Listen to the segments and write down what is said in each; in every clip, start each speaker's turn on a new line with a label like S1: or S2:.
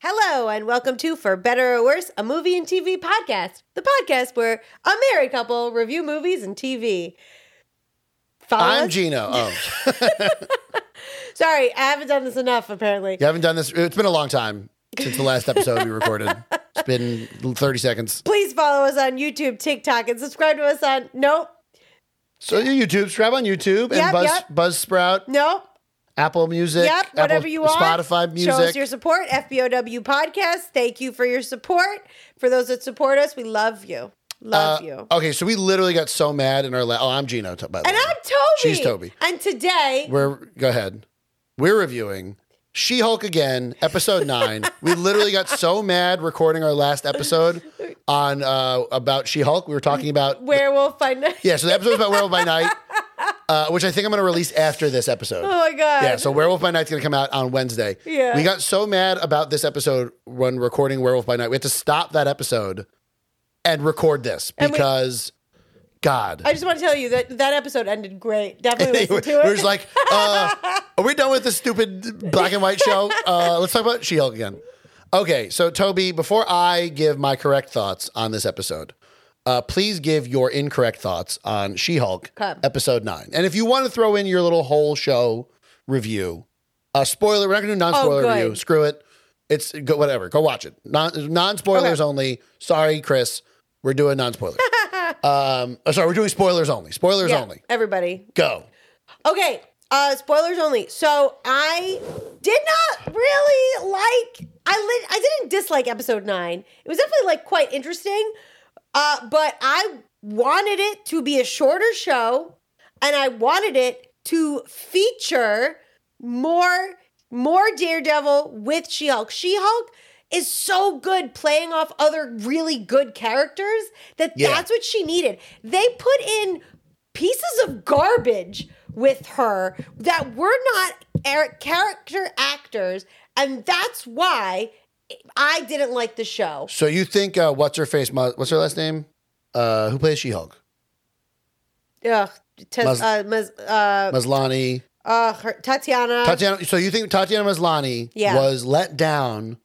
S1: Hello, and welcome to For Better or Worse, a movie and TV podcast, the podcast where a married couple review movies and TV. Follow
S2: I'm
S1: us?
S2: Gino. Oh,
S1: Sorry, I haven't done this enough, apparently.
S2: you haven't done this. It's been a long time since the last episode we recorded. It's been 30 seconds.
S1: Please follow us on YouTube, TikTok, and subscribe to us on. Nope,
S2: So you YouTube, subscribe on YouTube and
S1: Yep,
S2: Buzz
S1: yep.
S2: Buzzsprout,
S1: nope,
S2: Apple Music,
S1: yep,
S2: Apple-
S1: whatever you want.
S2: Spotify
S1: Show us
S2: Music.
S1: your support, FBOW Podcast. Thank you for your support. For those that support us, we love you. Love
S2: Uh,
S1: you.
S2: Okay, so we literally got so mad in our last. Oh, I'm Gino. t- By the
S1: and
S2: way.
S1: I'm Toby.
S2: She's Toby.
S1: And today,
S2: We're go ahead. We're reviewing She Hulk again, episode nine. we literally got so mad recording our last episode on uh, about She Hulk. We were talking about
S1: Werewolf by Night.
S2: yeah. So the episode's about Werewolf by Night, uh, which I think I'm going to release after this episode.
S1: Oh my God.
S2: Yeah, so Werewolf by Night's gonna come out on Wednesday.
S1: Yeah.
S2: We got so mad about this episode when recording Werewolf by Night. We had to stop that episode and record this
S1: And we-
S2: because God.
S1: I just want to tell you that that episode ended great. Definitely listen to it.
S2: We're just like, uh, are we done with this stupid black and white show? Uh, let's talk about She Hulk again. Okay, so Toby, before I give my correct thoughts on this episode, uh, please give your incorrect thoughts on She Hulk
S1: Okay.
S2: episode nine. And if you want to throw in your little whole show review, uh, spoiler, we're not going to do non spoiler
S1: Oh, good.
S2: review. Screw it. It's go, whatever. Go watch it. Non spoilers
S1: Okay.
S2: only. Sorry, Chris. We're doing non spoilers. um, oh, sorry, we're doing spoilers only. Spoilers
S1: Yeah,
S2: only.
S1: Everybody.
S2: Go.
S1: Okay. Uh, spoilers only. So I did not really like. I li- I didn't dislike episode nine. It was definitely like quite interesting, uh, but I wanted it to be a shorter show, and I wanted it to feature more more Daredevil with She Hulk. She Hulk is so good playing off other really good characters that
S2: Yeah.
S1: that's what she needed. They put in pieces of garbage with her that were not er- character actors, and that's why I didn't like the show.
S2: So you think uh, what's her face? Mu- What's her last name? Uh, who plays She Hulk?
S1: Ugh. Tes-
S2: Mus-
S1: uh, Mus- uh,
S2: Maslani.
S1: uh, her- Tatiana.
S2: Tatiana. So you think Tatiana Maslani
S1: Yeah.
S2: was let down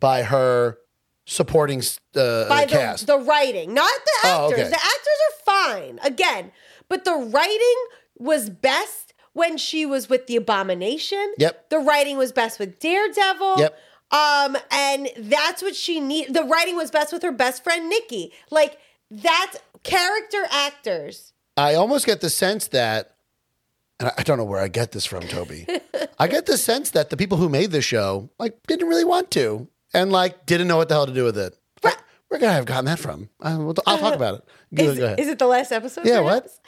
S2: by her supporting uh,
S1: by the,
S2: cast?
S1: the writing, not the
S2: Oh,
S1: actors.
S2: okay.
S1: The actors are fine again, but the writing was best when she was with the Abomination.
S2: Yep.
S1: The writing was best with Daredevil.
S2: Yep.
S1: Um, and that's what she need. The writing was best with her best friend Nikki. Like that's character actors.
S2: I almost get the sense that, and I- I don't know where I get this from, Toby. I get the sense that the people who made the show like didn't really want to, and like didn't know what the hell to do with it. I- Where could I have gotten that from? I, will I'll talk about it. Go,
S1: Is,
S2: go ahead.
S1: is it the last episode?
S2: Yeah, what?
S1: perhaps?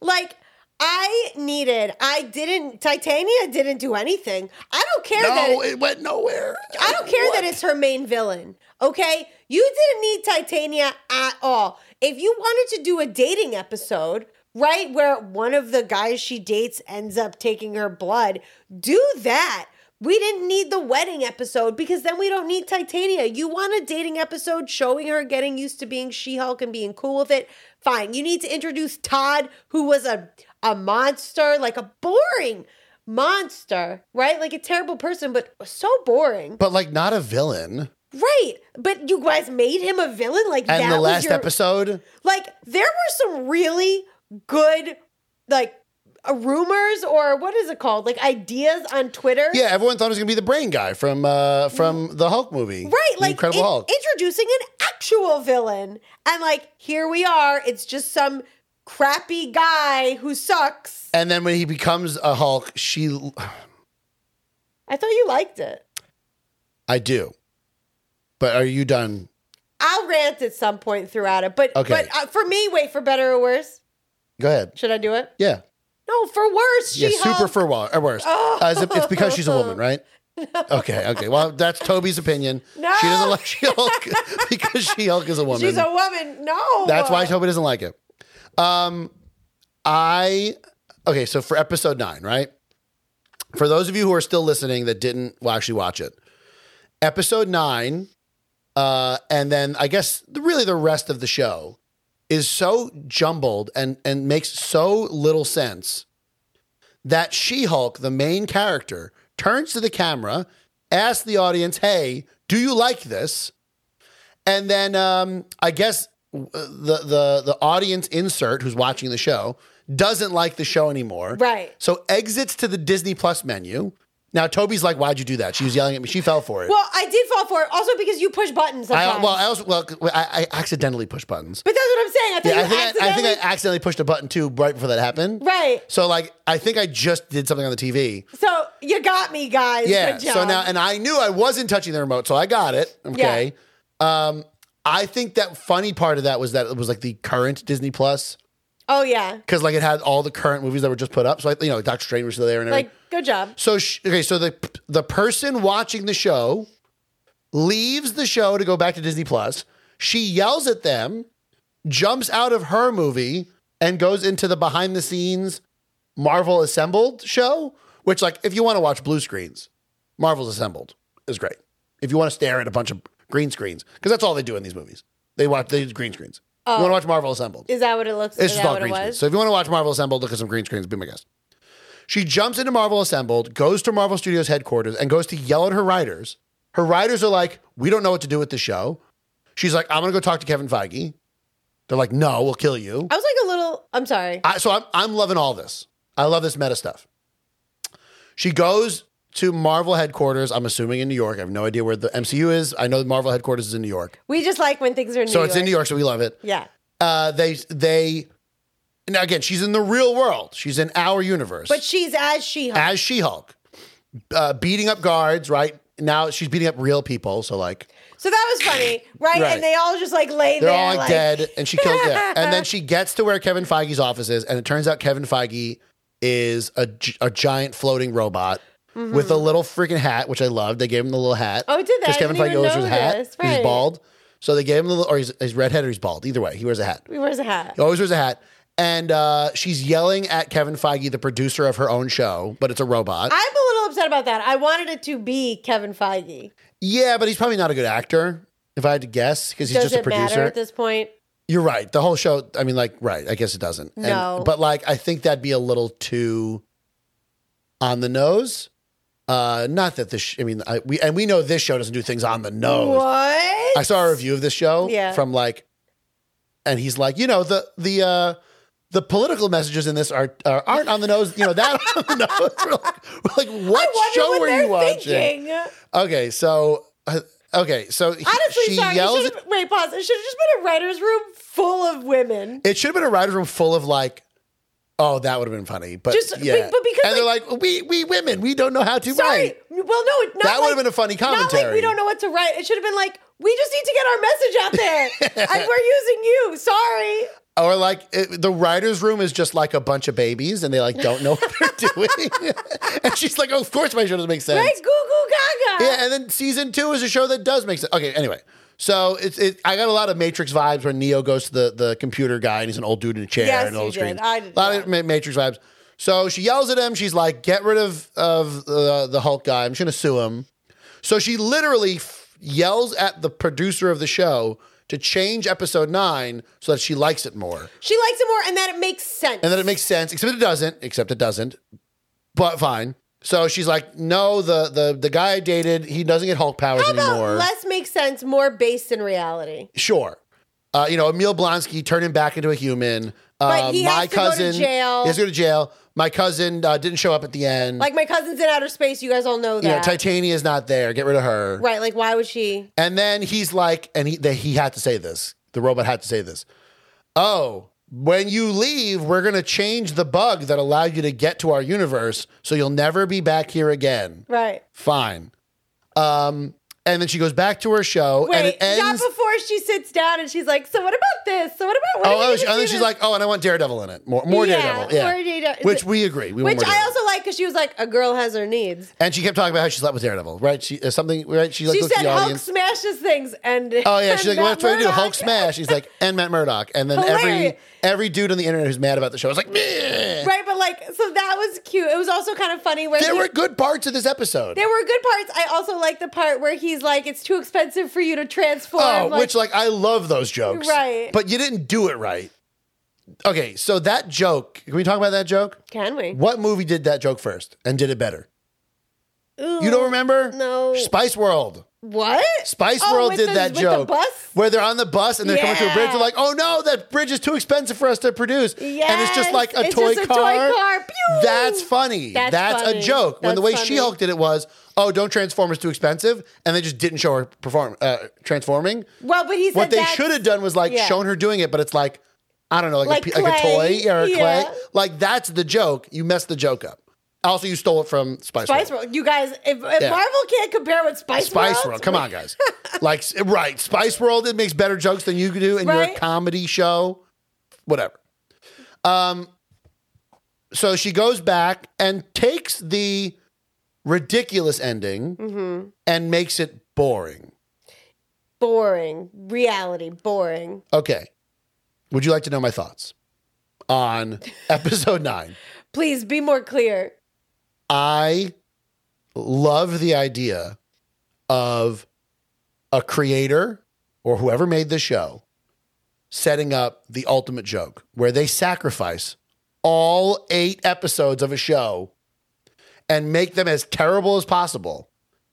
S1: Like I needed. I didn't. Titania didn't do anything. I don't care that.
S2: no, it went nowhere.
S1: I don't care that it's her main villain. Okay? You didn't need Titania at all. If you wanted to do a dating episode, right, where one of the guys she dates ends up taking her blood, do that. We didn't need the wedding episode because then we don't need Titania. You want a dating episode showing her getting used to being She Hulk and being cool with it? Fine. You need to introduce Todd, who was a, a monster, like a boring monster, right? Like a terrible person, but so boring.
S2: But like not a villain.
S1: Right. But you guys made him a villain? Like
S2: And
S1: that
S2: the
S1: was
S2: last
S1: your,
S2: episode,
S1: Like there were some really good like uh, rumors or what is it called? Like ideas on Twitter.
S2: yeah, everyone thought it was gonna be the brain guy from uh, from the Hulk movie,
S1: Right,
S2: The
S1: like
S2: Incredible
S1: in-
S2: Hulk.
S1: introducing an actual villain. And like here we are, it's just some crappy guy who sucks.
S2: and then when he becomes a Hulk, she,
S1: I thought you liked it.
S2: I do. But are you done?
S1: I'll rant at some point throughout it, but
S2: Okay.
S1: but uh, for me, wait for better or worse.
S2: Go ahead.
S1: Should I do it?
S2: Yeah,
S1: No, for worse. She
S2: yeah. Super for wa- or worse.
S1: Oh.
S2: Uh, it's, it's because she's a woman, right? Okay, okay. Well, that's Toby's opinion.
S1: No.
S2: She doesn't like She Hulk because She Hulk is a woman.
S1: She's a woman. No.
S2: That's why Toby doesn't like it. Um, I okay. So for episode nine, right? For those of you who are still listening that didn't well, actually watch it, episode nine, uh, and then I guess the- really the rest of the show is so jumbled and and makes so little sense that She Hulk, the main character, turns to the camera, asks the audience, "Hey, Do you like this? And then um, I guess w- the the the audience insert who's watching the show doesn't like the show anymore.
S1: Right.
S2: So exits to the Disney Plus menu. Now Toby's like, "Why'd you do that?" She was yelling at me. She fell for it.
S1: Well, I did fall for it also because you push buttons.
S2: I,
S1: Sometimes.
S2: well, I also well, I, I accidentally pushed buttons.
S1: but that's what I'm saying. I think
S2: Yeah, I
S1: you
S2: think I, I
S1: accidentally.
S2: think I accidentally pushed a button too right before that happened.
S1: right.
S2: So like, I think I just did something on the TV.
S1: So you got me, guys.
S2: Yeah.
S1: Good job.
S2: So now, and I knew I wasn't touching the remote, so I got it. Okay. Um, I think that funny part of that was that it was like the current Disney Plus
S1: oh yeah,
S2: because like it had all the current movies that were just put up. So I, you know, Doctor Strange was still there and everything.
S1: like good job.
S2: so sh- okay, so the the person watching the show leaves the show to go back to Disney Plus. She yells at them, jumps out of her movie, and goes into the behind the scenes Marvel Assembled show. Which, like, if you want to watch blue screens, Marvel's Assembled is great. If you want to stare at a bunch of green screens, because that's all they do in these movies, they watch they use green screens. You want to watch Marvel Assembled?
S1: Is that what it looks?
S2: It's
S1: is
S2: just
S1: that
S2: all
S1: what it
S2: green screens.
S1: was?
S2: So if you want to watch Marvel Assembled, look at some green screens. Be my guest. She jumps into Marvel Assembled, goes to Marvel Studios headquarters, and goes to yell at her writers. Her writers are like, "We don't know what to do with the show." She's like, "I'm gonna go talk to Kevin Feige." They're like, "No, we'll kill you."
S1: I was like a little. I'm sorry.
S2: I, so I'm, I'm loving all this. I love this meta stuff. She goes to Marvel headquarters. I'm assuming in New York. I have no idea where the MCU is. I know the Marvel headquarters is in New York,
S1: We just like when things are in
S2: so
S1: New
S2: it's
S1: York.
S2: in New York. So we love it
S1: yeah.
S2: uh, they they now again she's in the real world she's in our universe
S1: But she's as she. Hulk.
S2: as she-hulk uh, beating up guards right now she's beating up real people so like
S1: So that was funny, right?
S2: Right.
S1: And they all just like lay
S2: they're
S1: there,
S2: all like, dead and she killed them and then she gets to where kevin feige's office is and it turns out kevin feige is a, gi- a giant floating robot with a little freaking hat which i loved they gave him the little hat
S1: Mm-hmm. Oh, it did that. I
S2: kevin
S1: didn't
S2: feige
S1: even
S2: always wears a hat
S1: notice.
S2: he's
S1: Right.
S2: bald so they gave him the little or he's, he's redhead or he's bald either way he wears a hat
S1: He wears a hat.
S2: He always wears a hat. And uh, she's yelling at Kevin Feige, the producer of her own show, but it's a robot.
S1: I'm a little upset about that. I wanted it to be Kevin Feige.
S2: yeah, but he's probably not a good actor, if I had to guess, because he's
S1: Does
S2: just a
S1: it matter
S2: producer.
S1: at this point?
S2: You're right. The whole show, I mean, like, right, I guess it doesn't. And-
S1: No.
S2: but, like, I think that'd be a little too on the nose. Uh, not that this, sh- I mean, I, we, and we know this show doesn't do things on the nose.
S1: What?
S2: I saw a review of this show
S1: Yeah.
S2: from like, and he's like, you know, the the uh, the political messages in this are, are aren't on the nose. You know that on the nose. We're like, we're like, what
S1: wonder
S2: show
S1: what
S2: were
S1: they're
S2: you watching?
S1: thinking.
S2: Okay, so uh, okay, so he-
S1: Honestly,
S2: she
S1: sorry.
S2: yells.
S1: it should've- wait, pause. It should have just been a writer's room full of women.
S2: it should have been a writers room full of like. Oh, that would have been funny, but
S1: Just-
S2: yeah.
S1: but- but because,
S2: and they're like, we we women, we don't know how to
S1: Sorry.
S2: write.
S1: Well, no, not
S2: That would
S1: like-
S2: have been a funny
S1: Not like
S2: commentary.
S1: we don't know what to write. It should have been like we just need to get our message out there, and we're using you. Sorry.
S2: Or like it, the writers' room is just like a bunch of babies, and they like don't know what they're doing. and she's like, "Of course, my show doesn't make sense."
S1: Right? Goo goo gaga.
S2: Yeah, and then season two is a show that does make sense. Okay, anyway, so it's it. I got a lot of Matrix vibes where Neo goes to the the computer guy, and he's an old dude in a chair
S1: Yes,
S2: and all
S1: you
S2: the screens.
S1: did. I did
S2: a lot of
S1: that.
S2: Ma- Matrix vibes. So she yells at him. She's like, "Get rid of of the the Hulk guy. I'm just gonna sue him." So she literally f- yells at the producer of the show to change episode nine so that she likes it more.
S1: She likes it more, and that it makes sense.
S2: and then it makes sense, except it doesn't, except it doesn't. But fine. So she's like, no, the the the guy I dated, he doesn't get Hulk powers
S1: How about
S2: anymore.
S1: less makes sense, more based in reality.
S2: sure. Uh, you know, Emil Blonsky turned him back into a human.
S1: But
S2: Uh,
S1: he has
S2: my
S1: to go to
S2: cousin
S1: jail.
S2: He has to go to jail. My cousin uh, didn't show up at the end.
S1: Like my cousin's in outer space. You guys all know that,
S2: you know, Titania's not there. Get rid of her.
S1: right? Like why would she?
S2: And then he's like, and he that he had to say this. The robot had to say this. Oh, when you leave, we're gonna change the bug that allowed you to get to our universe, so you'll never be back here again.
S1: Right.
S2: Fine. Um, and then she goes back to her show, and
S1: Wait,
S2: it ends.
S1: not before she sits down and she's like, "So what about this? So what about?" What are we
S2: oh, oh,
S1: gonna
S2: she-
S1: do
S2: and then
S1: this?"
S2: she's like, oh, and I want Daredevil in it. More, more
S1: Yeah,
S2: Daredevil. Yeah.
S1: more Daredevil.
S2: Which we agree. We want
S1: which
S2: more
S1: I
S2: Daredevil.
S1: also like because she was like, "A girl has her needs."
S2: and she kept talking about how she slept with Daredevil, right? She uh, something, right? She like
S1: She
S2: looked at
S1: said
S2: the
S1: Hulk
S2: audience.
S1: smashes things, and
S2: Oh yeah, she's
S1: and
S2: like, what's
S1: Matt
S2: trying to do? Hulk
S1: Murdock-
S2: smash. He's like, and Matt Murdock, and then
S1: Hilarious.
S2: every every dude on the internet who's mad about the show is like, "Meh."
S1: Right, but like, so that was cute. It was also kind of funny where
S2: there
S1: he-
S2: were good parts of this episode.
S1: there were good parts. I also like the part where he's like, "It's too expensive for you to transform."
S2: oh,
S1: like,
S2: which like I love those jokes,
S1: Right.
S2: But you didn't do it right. Okay, so that joke. Can we talk about that joke?
S1: can we?
S2: What movie did that joke first and did it better? You
S1: Ooh.
S2: don't remember?
S1: Oh, No.
S2: Spice World.
S1: What?
S2: Spice
S1: Oh,
S2: World
S1: with
S2: did
S1: the-
S2: that
S1: with the
S2: joke
S1: bus?
S2: where they're on the bus and they're coming through a bridge.
S1: Yeah.
S2: They're like, "Oh no, that bridge is too expensive for us to produce," and it's just
S1: Yes,
S2: like a,
S1: it's
S2: toy,
S1: just a toy
S2: car.
S1: car. Pew!
S2: That's funny. That's,
S1: That's
S2: a
S1: funny.
S2: joke. when the
S1: That's
S2: way
S1: funny.
S2: She-Hulk did it was, "Oh, don't transform; it's too expensive," and they just didn't show her perform uh, transforming.
S1: Well, but he said
S2: what they
S1: that's-
S2: should have done was like
S1: yeah.
S2: shown her doing it, but it's like I don't know, like,
S1: Like
S2: a, pe- like a toy
S1: clay.
S2: or a
S1: Yeah.
S2: clay. Like that's the joke. You messed the joke up. Also, you stole it from Spice,
S1: Spice
S2: World.
S1: World. You guys, if, if
S2: Yeah.
S1: Marvel can't compare with Spice,
S2: Spice World.
S1: World,
S2: Come on, guys. like s- right, Spice World. It makes better jokes than you could do, and you're a
S1: Right?
S2: comedy show. Whatever. Um. So she goes back and takes the ridiculous ending
S1: Mm-hmm.
S2: and makes it boring.
S1: boring reality, boring.
S2: Okay. Would you like to know my thoughts on episode nine?
S1: Please be more clear.
S2: I love the idea of a creator or whoever made the show setting up the ultimate joke where they sacrifice all eight episodes of a show and make them as terrible as possible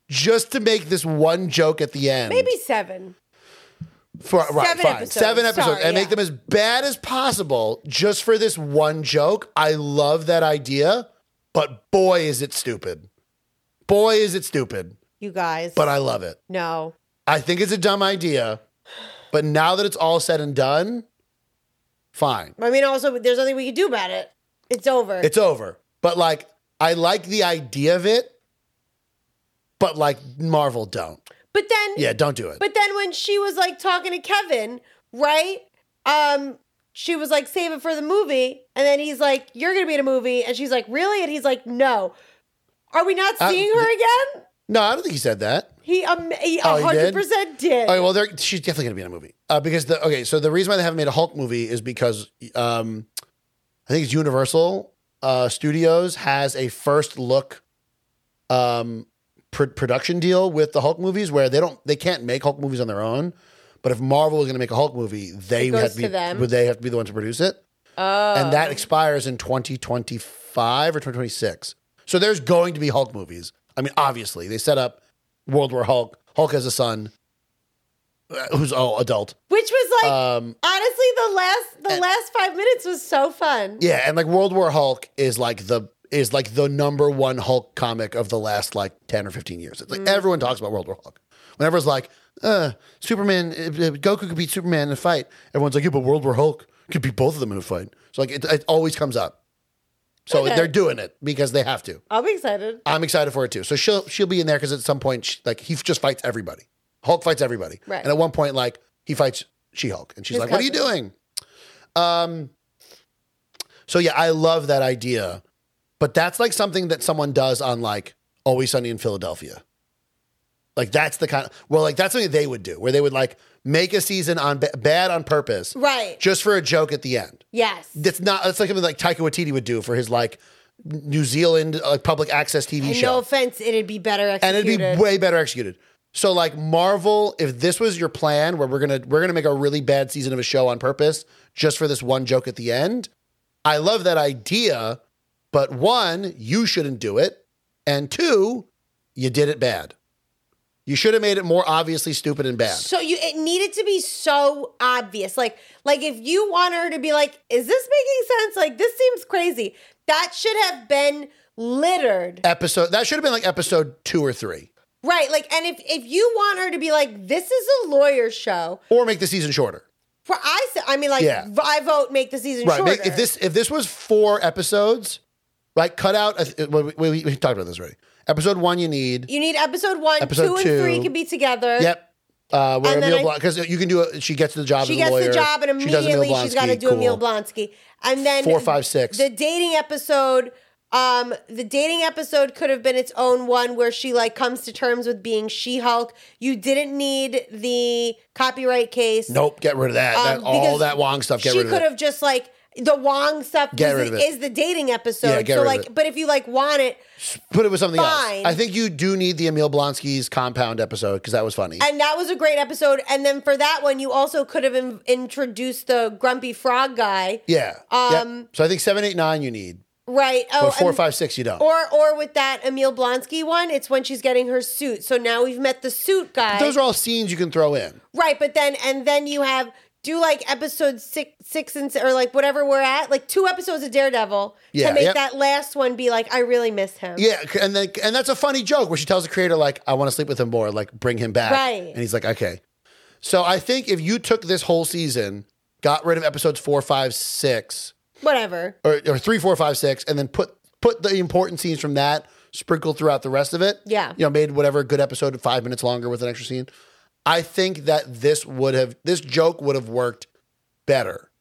S2: just to make this one joke at the end.
S1: Maybe seven.
S2: For, right,
S1: Seven
S2: fine.
S1: episodes.
S2: Seven episodes
S1: Sorry,
S2: and
S1: yeah.
S2: make them as bad as possible just for this one joke. I love that idea, but boy, is it stupid. Boy, is it stupid,
S1: You guys,
S2: but I love it.
S1: no.
S2: I think it's a dumb idea, but now that it's all said and done, fine.
S1: I mean, also, there's nothing we can do about it. It's over.
S2: It's over. But like, I like the idea of it, but like, Marvel don't.
S1: but then,
S2: Yeah, don't do it.
S1: but then when she was like talking to Kevin, right? Um, she was like, save it for the movie, and then he's like, you're gonna be in a movie, and she's like, really? And he's like, no. Are we not
S2: Uh,
S1: seeing her again?
S2: no, I don't think he said that.
S1: He um, he
S2: Oh, he did?
S1: hundred percent did.
S2: All right, Oh, well, they're, she's definitely going to be in a movie uh, because the okay. So the reason why they haven't made a Hulk movie is because um, I think it's Universal uh, Studios has a first look um, pr- production deal with the Hulk movies where they don't they can't make Hulk movies on their own. But if Marvel is going to make a Hulk movie, they
S1: It
S2: would
S1: goes
S2: have to be
S1: to them.
S2: would they have to be the one to produce it,
S1: oh,
S2: and that expires in twenty twenty five or twenty twenty six. So there's going to be Hulk movies. I mean, obviously they set up World War Hulk. Hulk has a son uh, who's all adult.
S1: which was like
S2: Um,
S1: honestly the last the last five minutes was so fun.
S2: yeah, and like World War Hulk is like the is like the number one Hulk comic of the last like ten or fifteen years. It's like everyone talks about World War Hulk. Whenever it's like, uh, Superman, uh, uh, Goku could beat Superman in a fight. Everyone's like, yeah, but World War Hulk could beat both of them in a fight. So like, it, it always comes up. So
S1: Okay.
S2: they're doing it because they have to.
S1: I'll be excited.
S2: I'm excited for it too. So she'll she'll be in there because at some point, she, like he just fights everybody. Hulk fights everybody,
S1: Right.
S2: and at one point, like he fights She Hulk, and she's
S1: His
S2: like, "What are you
S1: cousin.
S2: doing?" Um. So yeah, I love that idea, but that's like something that someone does on like Always Sunny in Philadelphia. Like that's the kind of well, like that's something they would do, where they would like make a season on ba- bad on purpose,
S1: Right.
S2: just for a joke at the end
S1: Yes.
S2: that's not that's like something like Taika Waititi would do for his like New Zealand like public access TV
S1: and
S2: show,
S1: no offense, it'd be better
S2: and
S1: executed.
S2: it'd be way better executed. So like Marvel, if this was your plan, where we're gonna we're gonna make a really bad season of a show on purpose just for this one joke at the end, I love that idea, but one, you shouldn't do it, and two, you did it bad. You should have made it more obviously stupid and bad.
S1: so you it needed to be so obvious. Like like if you want her to be like, is this making sense? Like this seems crazy. That should have been littered.
S2: Episode that should have been like episode two or three,
S1: Right. Like and if if you want her to be like, this is a lawyer show,
S2: or make the season shorter.
S1: for I s- I mean like
S2: Yeah.
S1: I vote make the season
S2: right
S1: shorter.
S2: make- if this if this was four episodes right cut out a, we, we, we talked about this already episode one you need
S1: you need episode one,
S2: Episode
S1: two,
S2: two.
S1: and three can be together.
S2: yep uh where
S1: And then
S2: Emil
S1: I-
S2: because you can do a, she gets the job
S1: She
S2: as a
S1: gets
S2: lawyer
S1: the job, and
S2: she does Emil
S1: immediately she's got to
S2: Blonsky,
S1: do Emil
S2: cool.
S1: Blonsky. And then
S2: Four, five, six.
S1: The dating episode. Um, the dating episode could have been its own one where she like comes to terms with being She Hulk. You didn't need the copyright case.
S2: nope get rid of that, that
S1: Um,
S2: all
S1: because
S2: that wong stuff get
S1: she
S2: rid of
S1: could
S2: it
S1: have just like the Wong stuff
S2: Get
S1: is,
S2: rid of it.
S1: is the dating episode.
S2: Yeah, get
S1: so
S2: rid of
S1: like,
S2: it.
S1: but if you like want it,
S2: put it with something
S1: Fine.
S2: else i think you do need the emil blonsky's compound episode because that was funny
S1: and that was a great episode. And then for that one, you also could have in- introduced the Grumpy Frog guy.
S2: yeah Yep.
S1: um,
S2: so i think 789 you need
S1: Right. Oh,
S2: But four,
S1: and-
S2: five, six, you don't.
S1: or or with that Emil Blonsky one, it's when she's getting her suit. So now we've met the suit guy.
S2: Those are all scenes you can throw in.
S1: Right, but then and then you have do like episode six, six and s- or like whatever we're at, like two episodes of Daredevil
S2: Yeah,
S1: to make
S2: yep.
S1: that last one be like, I really miss him.
S2: Yeah, c- and then and that's a funny joke where she tells the creator like, "I want to sleep with him more, like bring him back,"
S1: Right.
S2: And he's like, "Okay." So I think if you took this whole season, got rid of episodes four, five, six,
S1: Whatever.
S2: or, or three, four, five, six, and then put put the important scenes from that sprinkled throughout the rest of it.
S1: Yeah.
S2: you know, made whatever good episode five minutes longer with an extra scene. I think that this would have this joke would have worked better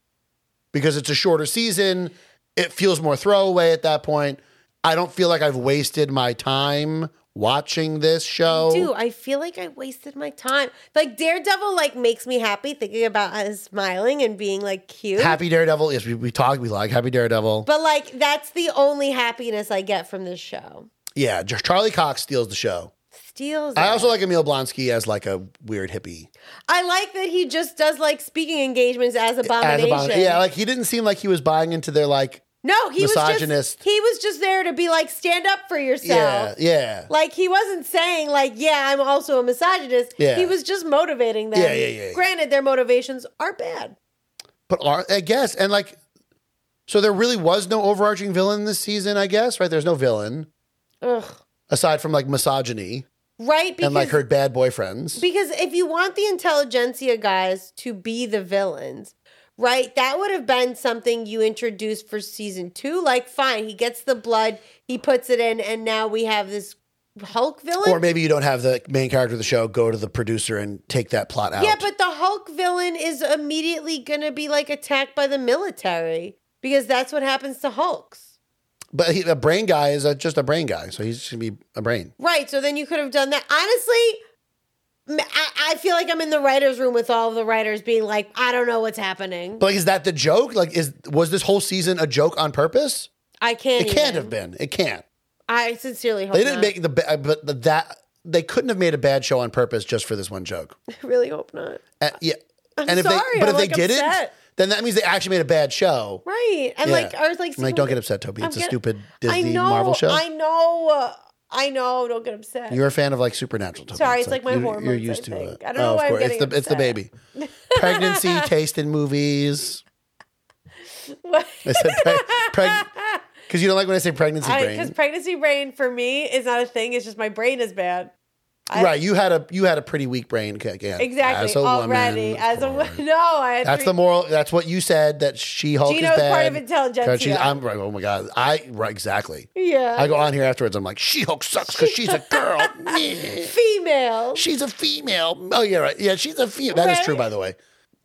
S2: because it's a shorter season. It feels more throwaway at that point. I don't feel like I've wasted my time watching this show.
S1: Dude, I feel like I wasted my time. Like Daredevil like makes me happy thinking about us smiling and being like cute.
S2: Happy Daredevil. Yes, we, we talked. We like Happy Daredevil.
S1: But like that's the only happiness I get from this show.
S2: yeah, J- Charlie Cox steals the show.
S1: Steals.
S2: I
S1: it.
S2: also like Emil Blonsky as like a weird hippie.
S1: I like that he just does like speaking engagements as
S2: As
S1: abomination.
S2: a bon- yeah, like he didn't seem like he was buying into their like.
S1: no, he was
S2: misogynist.
S1: just he was just there to be like stand up for yourself.
S2: Yeah, yeah.
S1: Like he wasn't saying like, yeah, I'm also a misogynist.
S2: Yeah.
S1: He was just motivating them.
S2: Yeah, yeah, yeah, yeah.
S1: Granted, their motivations are bad.
S2: But are, I guess, and like, so there really was no overarching villain this season, I guess, right? There's no villain
S1: Ugh.
S2: aside from like misogyny
S1: Right? Because
S2: and like her bad boyfriends.
S1: because if you want the intelligentsia guys to be the villains, right? That would have been something you introduced for season two. Like, fine, he gets the blood, he puts it in, and now we have this Hulk villain.
S2: or maybe you don't have the main character of the show go to the producer and take that plot out.
S1: Yeah, but the Hulk villain is immediately gonna be like attacked by the military because that's what happens to Hulks.
S2: but he, a brain guy is a, just a brain guy, so he's just gonna be a brain.
S1: Right. So then you could have done that. Honestly, m- I, I feel like I'm in the writer's room with all of the writers being like, I don't know what's happening.
S2: But like, is that the joke? Like, is was this whole season a joke on purpose?
S1: I can't.
S2: It can't
S1: even.
S2: have been. It can't.
S1: I sincerely hope
S2: They didn't
S1: not.
S2: make the ba- uh, but the, that they couldn't have made a bad show on purpose just for this one joke.
S1: I really hope not.
S2: And, yeah.
S1: I'm
S2: and if
S1: sorry,
S2: they but
S1: I'm,
S2: if they
S1: like,
S2: didn't,
S1: upset.
S2: then that means they actually made a bad show.
S1: Right. And
S2: Yeah.
S1: like, I was like,
S2: I'm like, don't get upset, Toby.
S1: I'm
S2: It's a
S1: get-
S2: stupid
S1: I
S2: Disney
S1: know,
S2: Marvel show.
S1: I know. uh, I know. Don't get upset.
S2: You're a fan of like supernatural. Toby.
S1: Sorry, it's like my
S2: you're,
S1: hormones,
S2: You're used
S1: I
S2: to
S1: think.
S2: it. Oh,
S1: I don't know
S2: of
S1: why I'm
S2: course.
S1: getting
S2: it's the, it's the
S1: upset.
S2: baby. Pregnancy, taste in movies.
S1: What?
S2: I said because you don't like when I say pregnancy
S1: Because
S2: brain.
S1: pregnancy brain for me is not a thing. It's just my brain is bad. I-
S2: right, you had a you had a pretty weak brain. Okay, Yeah,
S1: Exactly.
S2: As a
S1: Already.
S2: woman,
S1: as a
S2: woman.
S1: wo- no, I had
S2: That's
S1: three-
S2: the moral. That's what you said. That she Hulk
S1: Gino's
S2: is bad.
S1: part of
S2: Because
S1: intelligentsia.
S2: she's- I'm right. Oh my god. I right exactly.
S1: yeah.
S2: I go on here afterwards. I'm like, She Hulk sucks because she's a girl. Meh.
S1: female.
S2: she's a female. Oh, yeah, right. Yeah, she's a female. That is
S1: Right?
S2: true, by the way.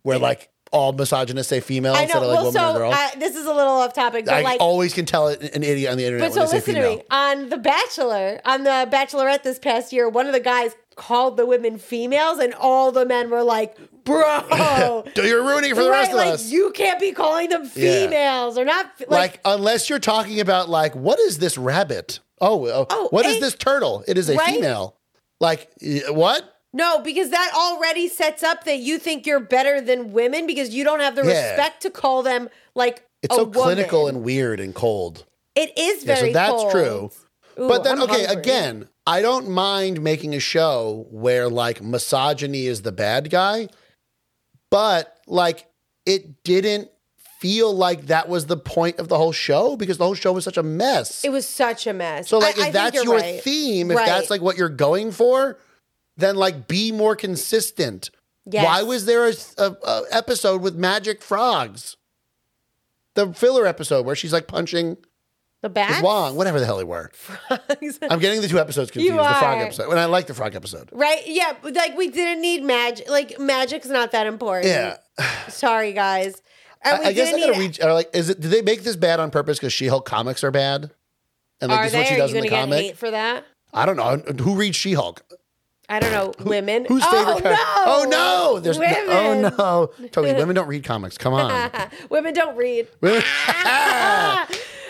S2: Where like all misogynists say female
S1: I
S2: instead
S1: know.
S2: of like
S1: well,
S2: woman or
S1: so
S2: girl. I,
S1: I, this is a little off topic, but like,
S2: always can tell an an idiot on the internet
S1: but
S2: when
S1: so
S2: they say
S1: listen to
S2: female.
S1: me. On The Bachelor, on The Bachelorette this past year, one of the guys called the women females, and all the men were like, "Bro,
S2: Do You're ruining it for the
S1: Oh. right?
S2: rest of
S1: like
S2: us.
S1: you can't be calling them
S2: Yeah.
S1: females or not fe-
S2: like,
S1: like."
S2: unless you're talking about like, what is this rabbit? Oh, oh,
S1: Oh,
S2: what is
S1: eh,
S2: this turtle? It is a
S1: right?
S2: female. Like y- what?
S1: No, because that already sets up that you think you're better than women because you don't have the
S2: Yeah.
S1: respect to call them like
S2: It's
S1: a
S2: so
S1: woman.
S2: clinical and weird and cold.
S1: it is
S2: Yeah, so
S1: very.
S2: that's
S1: cold.
S2: true.
S1: Ooh,
S2: but then,
S1: I'm
S2: okay,
S1: hungry.
S2: again, I don't mind making a show where like misogyny is the bad guy, but like it didn't feel like that was the point of the whole show because the whole show was such a mess.
S1: it was such a mess.
S2: so, like,
S1: I- I think
S2: if that's
S1: you're
S2: your
S1: right.
S2: theme, if
S1: Right.
S2: that's like what you're going for, then like be more consistent.
S1: Yes.
S2: Why was there a, a, a episode with magic frogs? The filler episode where she's like punching
S1: the bat
S2: was Wong, whatever the hell they were. I'm getting the two episodes confused.
S1: You
S2: The frog
S1: are.
S2: episode, and I like the frog episode.
S1: right? Yeah, but, like we didn't need magic. Like magic's not that important.
S2: Yeah,
S1: Sorry, guys.
S2: I,
S1: And we
S2: I guess I
S1: didn't
S2: gotta
S1: need-
S2: reach. Or like, is it? Did they make this bad on purpose? Because She-Hulk comics are bad, and like
S1: Are
S2: this is
S1: they?
S2: what she
S1: Are
S2: does
S1: you
S2: in
S1: going
S2: the
S1: to get
S2: comic.
S1: hate for that?
S2: I don't know who reads She-Hulk.
S1: I don't know. women.
S2: Who's
S1: oh,
S2: favorite? character-
S1: No.
S2: Oh no! There's no-
S1: women.
S2: oh no! Totally, women don't read comics. Come on.
S1: women don't read.
S2: Women-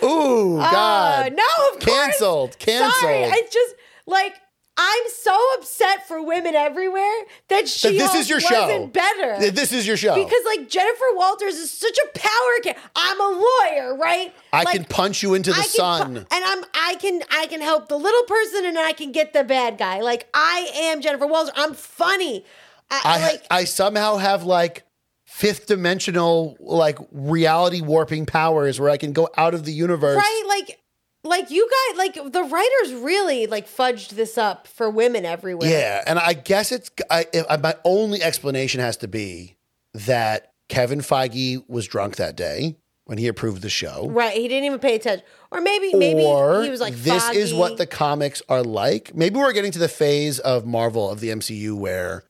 S2: Ooh,
S1: Oh,
S2: God!
S1: no, of course.
S2: Cancelled. Cancelled.
S1: Sorry, it's just like I'm so upset for women everywhere that she
S2: this is your
S1: wasn't
S2: show.
S1: better.
S2: Th- This is your show.
S1: because like Jennifer Walters is such a power kid. I'm a lawyer, right?
S2: I
S1: Like,
S2: can punch you into the
S1: I can
S2: sun.
S1: pu- and I'm I can I can help the little person and I can get the bad guy. Like I am Jennifer Walters. I'm funny. I,
S2: I
S1: like
S2: I somehow have like fifth dimensional like reality warping powers where I can go out of the universe.
S1: right like like you guys like the writers really like fudged this up for women everywhere.
S2: Yeah, and I guess it's I, if, I, my only explanation has to be that Kevin Feige was drunk that day when he approved the show.
S1: Right. He didn't even pay attention. Or maybe maybe
S2: or
S1: he was like
S2: this is
S1: foggy.
S2: what the comics are like. Maybe we're getting to the phase of Marvel of the MCU where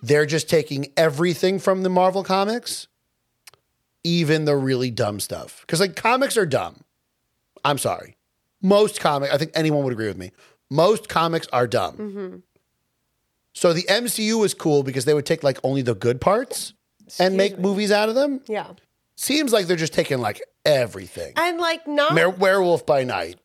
S2: they're just taking everything from the Marvel comics, even the really dumb stuff. Because like comics are dumb. I'm sorry. Most comic, I think anyone would agree with me. Most comics are dumb.
S1: Mm-hmm.
S2: So the MCU was cool because they would take like only the good parts and make movies out of them.
S1: Yeah.
S2: Seems like they're just taking like everything.
S1: And like not
S2: Mer- Werewolf by Night,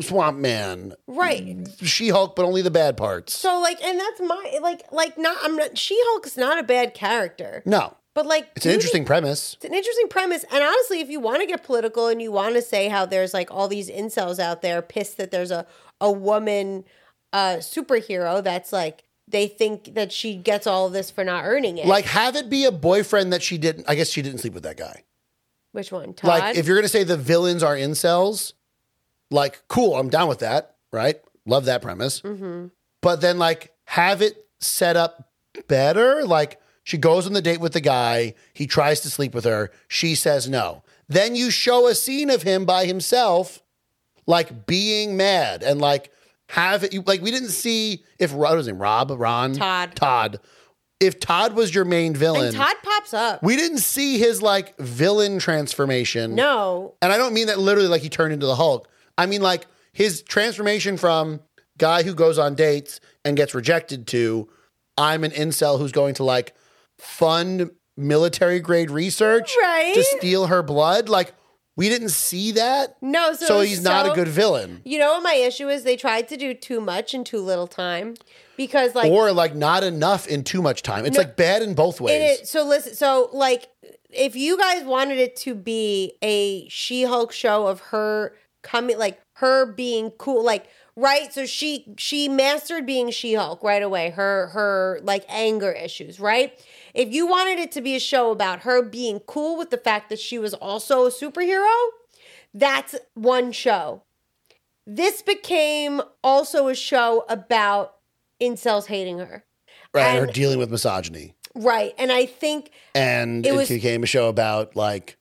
S2: Swamp Man,
S1: right.
S2: She Hulk, but only the bad parts.
S1: So like and that's my like like not I'm not She-Hulk's not a bad character.
S2: No,
S1: But like
S2: it's an
S1: duty-
S2: interesting premise.
S1: It's an interesting premise. And honestly, if you want to get political and you want to say how there's like all these incels out there pissed that there's a, a woman uh, superhero that's like, they think that she gets all of this for not earning it.
S2: Like, have it be a boyfriend that she didn't. I guess she didn't sleep with that guy.
S1: Which one? Todd?
S2: Like, if you're gonna say the villains are incels, like, cool, I'm down with that. Right, love that premise.
S1: Mm-hmm.
S2: But then, like, have it set up better. Like, she goes on the date with the guy. He tries to sleep with her. She says no. Then you show a scene of him by himself like being mad and like have it. You, like we didn't see if Ro- what was his name Rob, Ron,
S1: Todd.
S2: Todd. If Todd was your main villain,
S1: and Todd pops up.
S2: we didn't see his like villain transformation.
S1: no.
S2: and I don't mean that literally like he turned into the Hulk. I mean like his transformation from guy who goes on dates and gets rejected to I'm an incel who's going to like fund military grade research
S1: Right?
S2: to steal her blood. Like we didn't see that.
S1: No. So,
S2: So
S1: it was
S2: he's not
S1: so-
S2: a good villain.
S1: You know what my issue is? They tried to do too much in too little time because like
S2: or like not enough in too much time. It's
S1: No.
S2: like bad in both
S1: And
S2: ways.
S1: it, so listen, so like, if you guys wanted it to be a She-Hulk show of her coming, like her being cool, like right, so she she mastered being She-Hulk right away. Her her like anger issues, right? If you wanted it to be a show about her being cool with the fact that she was also a superhero, that's one show. This became also a show about incels hating her.
S2: right. Or
S1: and-
S2: dealing with misogyny.
S1: Right. And I think
S2: And
S1: It
S2: it,
S1: was-
S2: became a show about like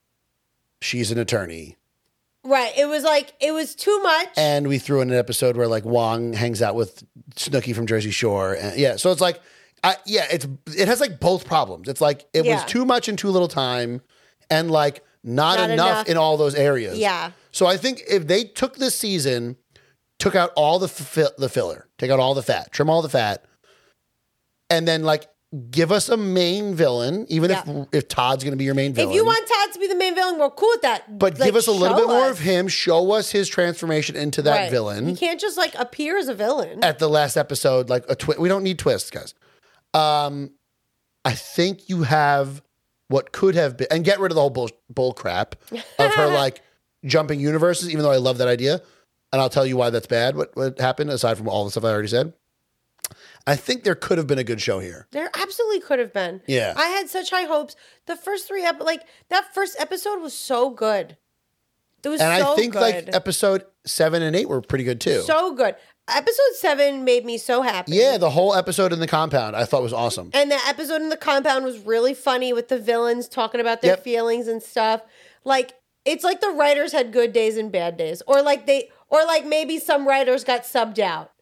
S2: she's an attorney.
S1: Right. It was like it was too much.
S2: And we threw in an episode where like Wong hangs out with Snooki from Jersey Shore. And yeah. So it's like I, yeah, it's it has like both problems. It's like it
S1: Yeah.
S2: was too much in too little time and like not,
S1: Not
S2: enough,
S1: enough.
S2: in all those areas.
S1: yeah.
S2: So I think if they took this season, took out all the fi- the filler, take out all the fat, trim all the fat, and then like give us a main villain, even
S1: Yeah.
S2: if if Todd's going to be your main villain.
S1: If you want Todd to be the main villain, we're cool with that.
S2: but
S1: Like,
S2: give us a little
S1: show
S2: bit more
S1: us.
S2: of him. Show us his transformation into that
S1: Right. He
S2: villain
S1: can't just like appear as a villain.
S2: at the last episode. Like a twist, we don't need twists, guys. Um, I think you have what could have been, and get rid of the whole bull, bull crap of her like jumping universes. Even though I love that idea, and I'll tell you why that's bad. What what happened aside from all the stuff I already said? I think there could have been a good show here.
S1: There absolutely could have been.
S2: Yeah.
S1: I had such high hopes. The first three ep- like that first episode was so good. It was
S2: and
S1: so
S2: I think
S1: good.
S2: like episode seven and eight were pretty good too.
S1: so good. Episode seven made me so happy.
S2: yeah, the whole episode in the compound I thought was awesome.
S1: And the episode in the compound was really funny with the villains talking about their
S2: Yep.
S1: feelings and stuff. Like it's like the writers had good days and bad days, or like they, or like maybe some writers got subbed out.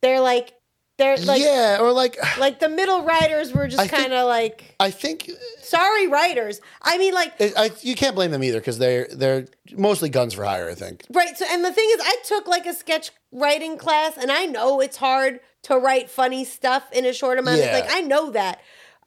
S1: They're like, they're like,
S2: yeah, or like
S1: like the middle writers were
S2: I
S1: just
S2: think-
S1: kind of like,
S2: I think
S1: sorry, writers. I mean, like,
S2: I, I, you can't blame them either because they're they're mostly guns for hire. I think.
S1: right. So, and the thing is, I took like a sketch writing class, and I know it's hard to write funny stuff in a short amount. of
S2: Yeah.
S1: Like, I know that.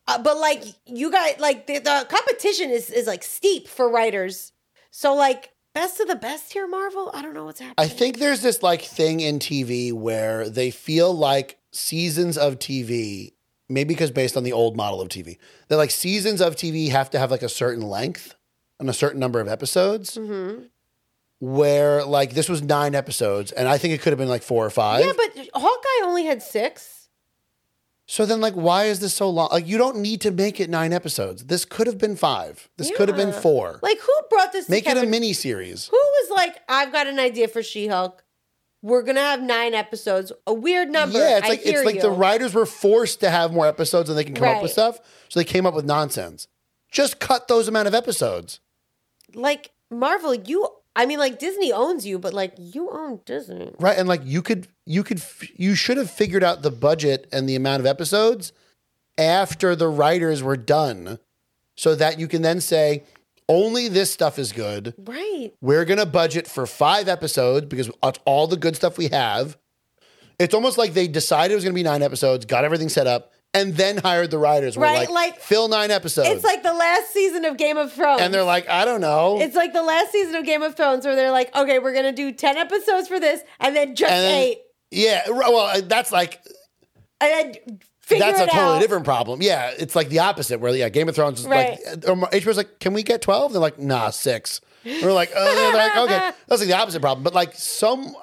S1: Uh, but like you guys like the, the competition is is like steep for writers so like Best of the best here, Marvel. I don't know what's
S2: I
S1: happening.
S2: think there's this like thing in TV where they feel like seasons of TV, maybe because based on the old model of TV, that like seasons of TV have to have like a certain length and a certain number of episodes.
S1: Mm-hmm.
S2: Where like this was nine episodes, and I think it could have been like four or five.
S1: yeah, but Hawkeye only had six.
S2: so then, like, why is this so long? Like, you don't need to make it nine episodes. This could have been five. This could have been
S1: Yeah.
S2: four.
S1: Like who brought this?
S2: make
S1: to
S2: it a
S1: Kevin?
S2: mini series.
S1: Who was like, I've got an idea for She-Hulk. We're gonna have nine episodes. A weird number.
S2: Yeah, it's
S1: I
S2: like
S1: hear
S2: it's like
S1: you.
S2: the writers were forced to have more episodes and they can come up
S1: Right.
S2: with stuff, so they came up with nonsense. Just cut those amount of episodes.
S1: like Marvel. You, I mean, like Disney owns you, but like you own Disney.
S2: Right? And like you could you could f- you should have figured out the budget and the amount of episodes after the writers were done so that you can then say only this stuff is good.
S1: Right.
S2: We're going to budget for 5 episodes because that's all the good stuff we have. It's almost like they decided it was going to be 9 episodes, got everything set up. And then hired the writers. We're
S1: Right,
S2: like,
S1: like-
S2: fill nine episodes.
S1: It's like the last season of Game of Thrones.
S2: and they're like, I don't know.
S1: it's like the last season of Game of Thrones where they're like, okay, we're gonna do ten episodes for this, and then just
S2: And then-
S1: eight,
S2: yeah, right, well, uh, that's like
S1: and then figure
S2: that's a
S1: it
S2: totally
S1: out.
S2: different problem. Yeah, it's like the opposite. Where yeah, Game of Thrones is
S1: Right.
S2: like uh, or HBO's like, can we get twelve? They're like, nah, six. And we're like, oh, they're like, okay, that's like the opposite problem. But like some,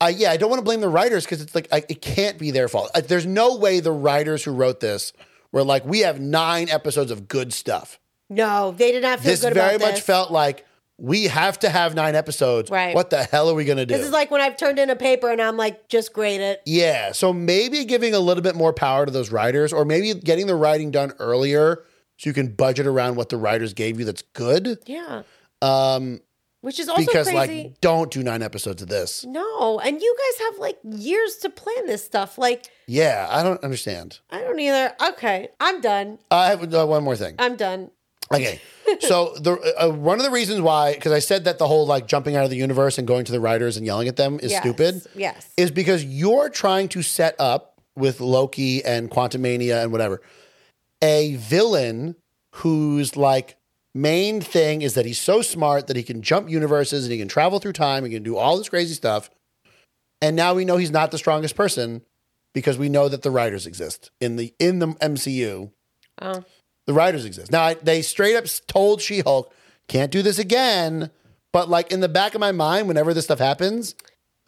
S2: I yeah, I don't want to blame the writers because it's like I, it can't be their fault. Like, there's no way the writers who wrote this were like, we have nine episodes of good stuff.
S1: No, they did not feel
S2: This
S1: good
S2: very
S1: about
S2: much
S1: this.
S2: felt like we have to have nine episodes.
S1: Right.
S2: What the hell are we gonna do?
S1: this is like when I've turned in a paper and I'm like, just grade it.
S2: Yeah, so maybe giving a little bit more power to those writers, or maybe getting the writing done earlier so you can budget around what the writers gave you that's good.
S1: Yeah,
S2: Um,
S1: which is also
S2: because,
S1: crazy.
S2: like, don't do nine episodes of this.
S1: no, and you guys have like years to plan this stuff. Like,
S2: Yeah, I don't understand.
S1: I don't either. Okay, I'm done.
S2: I have uh, one more thing.
S1: I'm done.
S2: Okay, so the uh, one of the reasons why, because I said that the whole like jumping out of the universe and going to the writers and yelling at them is
S1: Yes,
S2: stupid.
S1: Yes.
S2: is because you're trying to set up with Loki and Quantumania and whatever a villain whose like main thing is that he's so smart that he can jump universes and he can travel through time, he can do all this crazy stuff. And now we know he's not the strongest person because we know that the writers exist in the in the MCU.
S1: oh.
S2: The writers exist. Now, I, they straight up s- told She Hulk, can't do this again. But, like, in the back of my mind, whenever this stuff happens,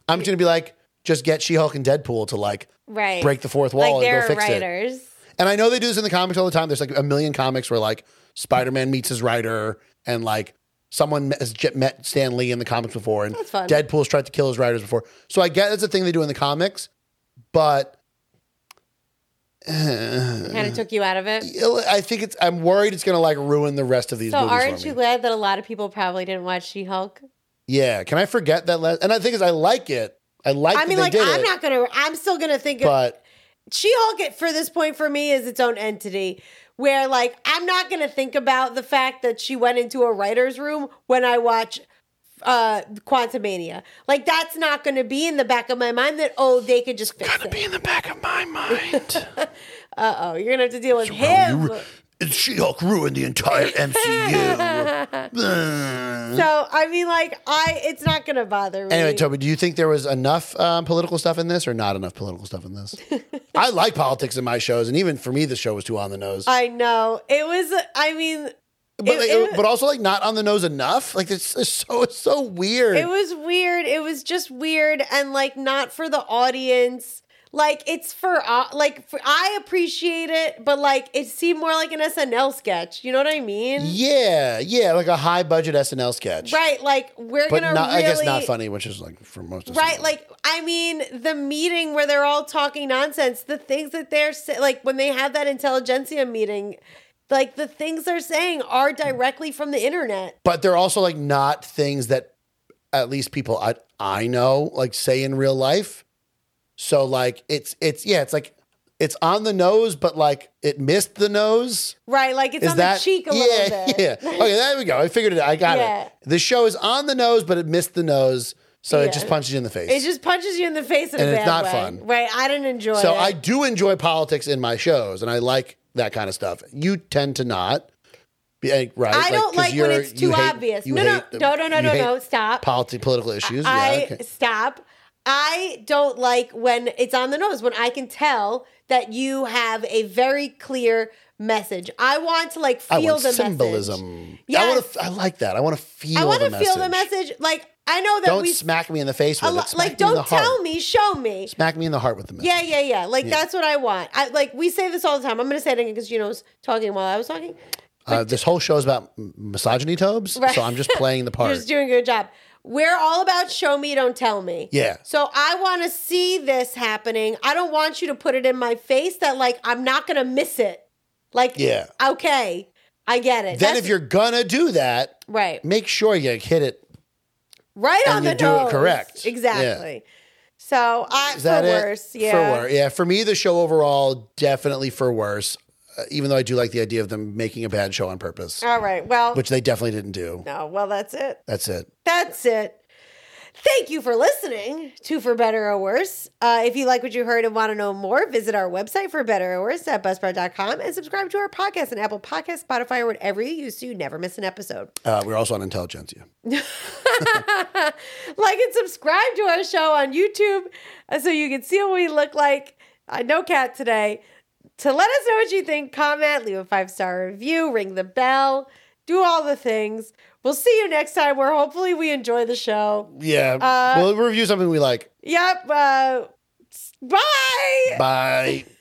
S2: I'm just going to be like, just get She Hulk and Deadpool to, like,
S1: Right.
S2: break the fourth wall
S1: like
S2: and
S1: there
S2: go
S1: are
S2: fix it.
S1: writers.
S2: And I know they do this in the comics all the time. There's, like, a million comics where, like, Spider Man meets his writer and, like, someone met- has j- met Stan Lee in the comics before. And
S1: That's fun.
S2: Deadpool's tried to kill his writers before. So I get that's a thing they do in the comics. But uh,
S1: Kind of took you out of it.
S2: I think it's, I'm worried it's going to, like, ruin the rest of these
S1: So
S2: movies. for
S1: aren't
S2: me.
S1: you glad that a lot of people probably didn't watch She Hulk?
S2: Yeah, can I forget that? Last, and I think is I like it. I like.
S1: I
S2: that
S1: mean,
S2: they
S1: like
S2: did
S1: I'm
S2: it,
S1: not gonna. I'm still gonna think. of
S2: But
S1: She Hulk for this point for me is its own entity. Where like I'm not gonna think about the fact that she went into a writer's room when I watch uh Quantumania. Like that's not gonna be in the back of my mind that oh they could just fix it.
S2: in the back of my mind.
S1: Uh oh, you're gonna have to deal with him.
S2: She-Hulk ruined the entire MCU.
S1: so I mean, like I, it's not gonna bother me.
S2: anyway, Toby, do you think there was enough um, political stuff in this, or not enough political stuff in this? I like politics in my shows, and even for me, the show was too on the nose.
S1: I know it was. I mean,
S2: but,
S1: Uh, it-
S2: like,
S1: it-
S2: but also like not on the nose enough. Like it's, it's so it's so weird.
S1: It was weird. It was just weird and like not for the audience. Like it's for uh, like for, I appreciate it, but like it seemed more like an SNL sketch. You know what I mean?
S2: yeah, yeah, like a high budget SNL sketch,
S1: Right. Like we're
S2: But
S1: gonna
S2: not,
S1: really
S2: I guess not funny, which is like for most. of
S1: Right, like I mean, the meeting where they're all talking nonsense, the things that they're sa- like when they have that intelligentsia meeting, like the things they're saying are directly from the internet.
S2: but they're also like not things that at least people I I know like say in real life. So like it's it's yeah it's like it's on the nose, but like it missed the nose.
S1: Right, like it's
S2: Is
S1: on
S2: that
S1: the cheek a
S2: yeah
S1: little bit.
S2: yeah okay? There we go. I figured it. out. I got
S1: Yeah.
S2: it. The show is on the nose, but it missed the nose, so
S1: Yeah.
S2: it just punches you in the face.
S1: It just punches you in the face in
S2: And
S1: a
S2: it's
S1: bad
S2: not
S1: way.
S2: fun.
S1: Right. I didn't enjoy
S2: so
S1: it.
S2: I do enjoy politics in my shows, and I like that kind of stuff. You tend to not. Be- eh, Right?
S1: I don't
S2: 'cause
S1: like when
S2: you're-
S1: it's
S2: you
S1: too
S2: hate-
S1: obvious.
S2: you
S1: No, no,
S2: hate the-
S1: no, no, no,
S2: you
S1: no,
S2: hate
S1: no. Stop.
S2: Politi- political issues. yeah,
S1: I
S2: okay.
S1: stop. I don't like when it's on the nose, when I can tell that you have a very clear message. I want to like feel
S2: I want
S1: the message.
S2: symbolism. I
S1: Yes.
S2: want to. I like that. I want to feel.
S1: I want
S2: the
S1: to
S2: message.
S1: feel the message. Like I know that
S2: Don't
S1: we
S2: smack me in the face
S1: a
S2: with
S1: lo-
S2: it. Smack
S1: like
S2: me in the
S1: don't tell
S2: heart.
S1: me, show me.
S2: Smack me in the heart with the message.
S1: Yeah, yeah, yeah. Like that's what I want. I like we say this all the time. I'm gonna say it again because Gino's talking while I was talking.
S2: Uh, this whole show is about m- misogyny tobes,
S1: Right.
S2: so I'm just playing the
S1: You're
S2: part.
S1: just doing a good job. We're all about show me, don't tell me.
S2: Yeah.
S1: So I want to see this happening. I don't want you to put it in my face that like I'm not gonna miss it. Like
S2: Yeah.
S1: okay, I get it.
S2: then,
S1: That's-
S2: if you're gonna do that,
S1: right,
S2: make sure you hit it.
S1: right
S2: and
S1: on
S2: you
S1: the
S2: do it
S1: nose,
S2: correct. Yeah.
S1: exactly. So I
S2: Is that
S1: for
S2: it?
S1: worse, yeah,
S2: For worse, yeah. For me, the show overall definitely for worse. Uh, even though I do like the idea of them making a bad show on purpose,
S1: All right, well,
S2: which they definitely didn't do.
S1: no, well that's it.
S2: That's it.
S1: That's it. Thank you for listening to For Better or Worse. Uh, if you like what you heard and want to know more, visit our website for better or worse at buzzsprout.com and subscribe to our podcast on Apple Podcasts, Spotify, or whatever you use so you never miss an episode.
S2: Uh, we're also on Intelligentsia.
S1: like and subscribe to our show on YouTube uh, so you can see what we look like. I know Cat today. To let us know what you think, comment, leave a five star review, ring the bell, do all the things. We'll see you next time where hopefully we enjoy the show.
S2: Yeah.
S1: Uh,
S2: we'll review something we like.
S1: Yep. Uh, s- bye.
S2: Bye.